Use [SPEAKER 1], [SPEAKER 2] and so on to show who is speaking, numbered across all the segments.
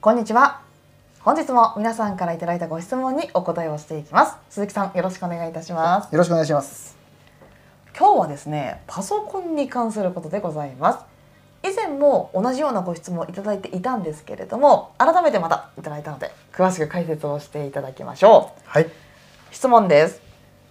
[SPEAKER 1] こんにちは本日も皆さんからいただいたご質問にお答えをしていきます鈴木さんよろしくお願いいたします
[SPEAKER 2] よろしくお願いします。
[SPEAKER 1] 今日はですねパソコンに関することでございます以前も同じようなご質問をいただいていたんですけれども改めてまたいただいたので詳しく解説をしていただきましょう
[SPEAKER 2] はい。
[SPEAKER 1] 質問です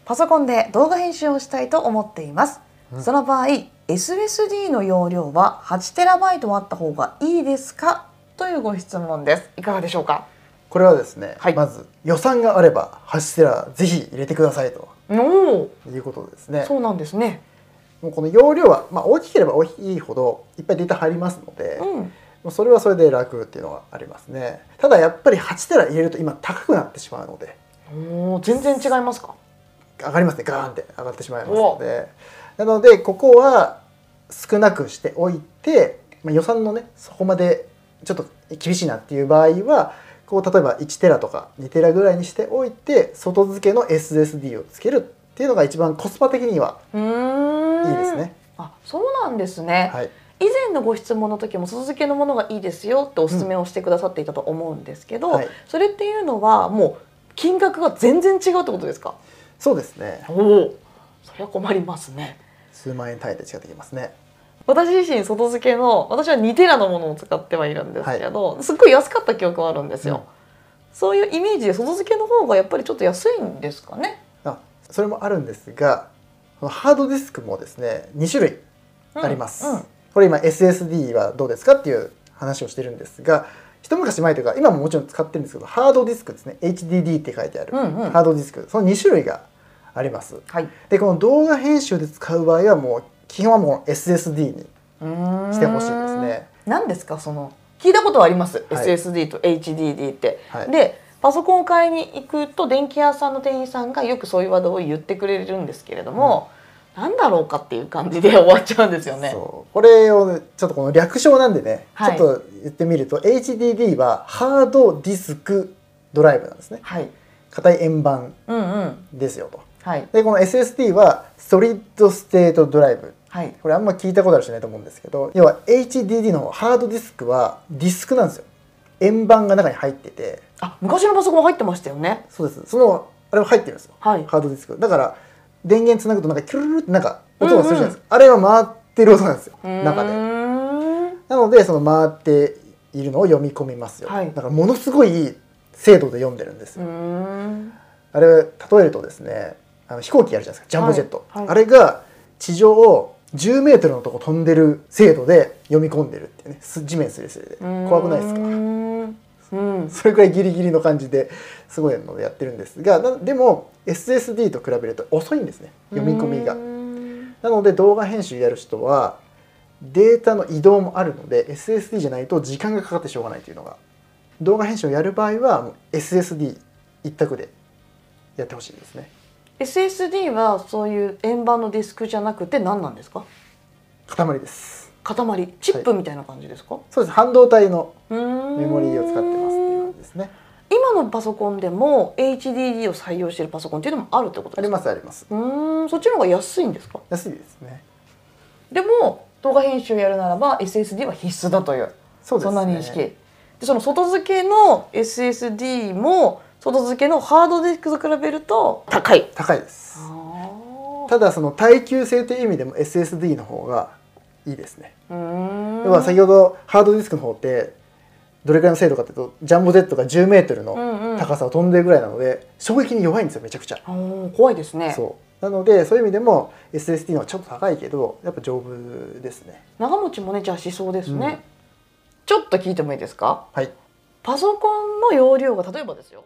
[SPEAKER 1] パソコンで動画編集をしたいと思っています、
[SPEAKER 2] うん
[SPEAKER 1] その場合 SSD の容量は 8TB あった方がいいですかというご質問ですいかがでしょうか
[SPEAKER 2] これはですね、
[SPEAKER 1] はい
[SPEAKER 2] まず予算があれば8テラぜひ入れてくださいと
[SPEAKER 1] おお、
[SPEAKER 2] いうことですね。
[SPEAKER 1] そうなんですね
[SPEAKER 2] もうこの容量はまあ大きければ大きいほどいっぱいデータ入りますので、も
[SPEAKER 1] うん
[SPEAKER 2] うそれはそれで楽っていうのはありますね。ただやっぱり8テラ入れると今高くなってしまうので、
[SPEAKER 1] おー全然違いますか
[SPEAKER 2] 上がりますね。ガーンって上がってしまいますので、なのでここは少なくしておいて、まあ、予算のねそこまでちょっと厳しいなっていう場合はこう例えば1テラとか2テラぐらいにしておいて外付けの SSD をつけるっていうのが一番コスパ的には
[SPEAKER 1] うーん
[SPEAKER 2] いいですね。
[SPEAKER 1] あそうなんですね、
[SPEAKER 2] はい、
[SPEAKER 1] 以前のご質問の時も外付けのものがいいですよってお勧めをしてくださっていたと思うんですけど、
[SPEAKER 2] はい
[SPEAKER 1] それっていうのはもう金額が全然違うってことですか
[SPEAKER 2] そうですね
[SPEAKER 1] おおそれは困りますね
[SPEAKER 2] 数万円単位で違ってきますね
[SPEAKER 1] 私自身外付けの私は2テラのものを使ってはいるんですけど、すっごい安かった記憶はあるんですよ、そういうイメージで外付けの方がやっぱりちょっと安いんですかね、
[SPEAKER 2] あそれもあるんですがこのハードディスクもですね2種類あります、
[SPEAKER 1] うん
[SPEAKER 2] これ今 SSD はどうですかっていう話をしてるんですが一昔前というか今ももちろん使ってるんですけどハードディスクですね HDD って書いてある、
[SPEAKER 1] うんうん
[SPEAKER 2] ハードディスクその2種類があります
[SPEAKER 1] はい
[SPEAKER 2] でこの動画編集で使う場合はもう基本はもう SSD にしてほしいですね
[SPEAKER 1] 何ですかその聞いたことはあります、
[SPEAKER 2] はい
[SPEAKER 1] SSD と HDD って、
[SPEAKER 2] はい
[SPEAKER 1] でパソコンを買いに行くと電気屋さんの店員さんがよくそういうワードを言ってくれるんですけれども、なんだろうかっていう感じで終わっちゃうんですよね
[SPEAKER 2] そうこれをねちょっとこの略称なんでね、
[SPEAKER 1] はい
[SPEAKER 2] ちょっと言ってみると HDD はハードディスクドライブなんですね
[SPEAKER 1] はい
[SPEAKER 2] 硬い円盤
[SPEAKER 1] うんうん
[SPEAKER 2] ですよと
[SPEAKER 1] はい
[SPEAKER 2] でこの SSD はソリッドステートドライブ
[SPEAKER 1] はい
[SPEAKER 2] これあんま聞いたことある人いないと思うんですけど要は HDD のハードディスクはディスクなんですよ円盤が中に入ってて
[SPEAKER 1] あ昔のパソコン入ってましたよね
[SPEAKER 2] そうですそのあれは入ってるんですよ、
[SPEAKER 1] はい
[SPEAKER 2] ハードディスクだから電源つなぐとなんかキュルルルってなんか音がするじゃないですか、あれは回ってる音なんですよ中
[SPEAKER 1] う
[SPEAKER 2] で
[SPEAKER 1] ーん
[SPEAKER 2] なのでその回っているのを読み込みますよ、
[SPEAKER 1] はい
[SPEAKER 2] だからものすごいいい精度で読んでるんですよ
[SPEAKER 1] うーん
[SPEAKER 2] あれ例えるとですねあの飛行機あるじゃないですかジャンボジェット、
[SPEAKER 1] はいはい
[SPEAKER 2] あれが地上を10メートルのとこ飛んでる精度で読み込んでるっていうねす地面すれすれで怖くないです
[SPEAKER 1] う
[SPEAKER 2] か
[SPEAKER 1] ーんうん
[SPEAKER 2] それくらいギリギリの感じですごいのでやってるんですがなでも SSD と比べると遅いんですね読み込みが
[SPEAKER 1] うーん
[SPEAKER 2] なので動画編集やる人はデータの移動もあるので SSD じゃないと時間がかかってしょうがないというのが動画編集をやる場合はもう SSD 一択でやってほしいですね
[SPEAKER 1] SSD はそういう円盤のディスクじゃなくて何なんですか
[SPEAKER 2] 塊です
[SPEAKER 1] 塊チップみたいな感じですか、
[SPEAKER 2] そうです半導体の
[SPEAKER 1] うーん
[SPEAKER 2] メモリーを使ってますっていう感じですね
[SPEAKER 1] 今のパソコンでも HDD を採用しているパソコンっていうのもあるってこと
[SPEAKER 2] あ
[SPEAKER 1] で
[SPEAKER 2] り
[SPEAKER 1] すか
[SPEAKER 2] ますあります
[SPEAKER 1] うーんそっちの方が安いんですか
[SPEAKER 2] 安いですね
[SPEAKER 1] でも動画編集をやるならば SSD は必須だという
[SPEAKER 2] そうですね
[SPEAKER 1] んな認識でその外付けの SSD も外付けのハードディスクと比べると高い
[SPEAKER 2] 高いです
[SPEAKER 1] あ
[SPEAKER 2] ただその耐久性という意味でも SSD の方がいいですね
[SPEAKER 1] うーん
[SPEAKER 2] 要は先ほどハードディスクの方ってどれくらいの精度かっていうとジャンボジェットが1 0ル
[SPEAKER 1] うんうん
[SPEAKER 2] の高さを飛んでるぐらいなので衝撃に弱いんですよめちゃくちゃ
[SPEAKER 1] あー怖いですね
[SPEAKER 2] そうなのでそういう意味でも SSD の方がちょっと高いけどやっぱ丈夫ですね
[SPEAKER 1] 長持ちもねじゃあしそうですね、
[SPEAKER 2] うん
[SPEAKER 1] ちょっと聞いてもいいですか
[SPEAKER 2] はい
[SPEAKER 1] パソコンの容量が例えばですよ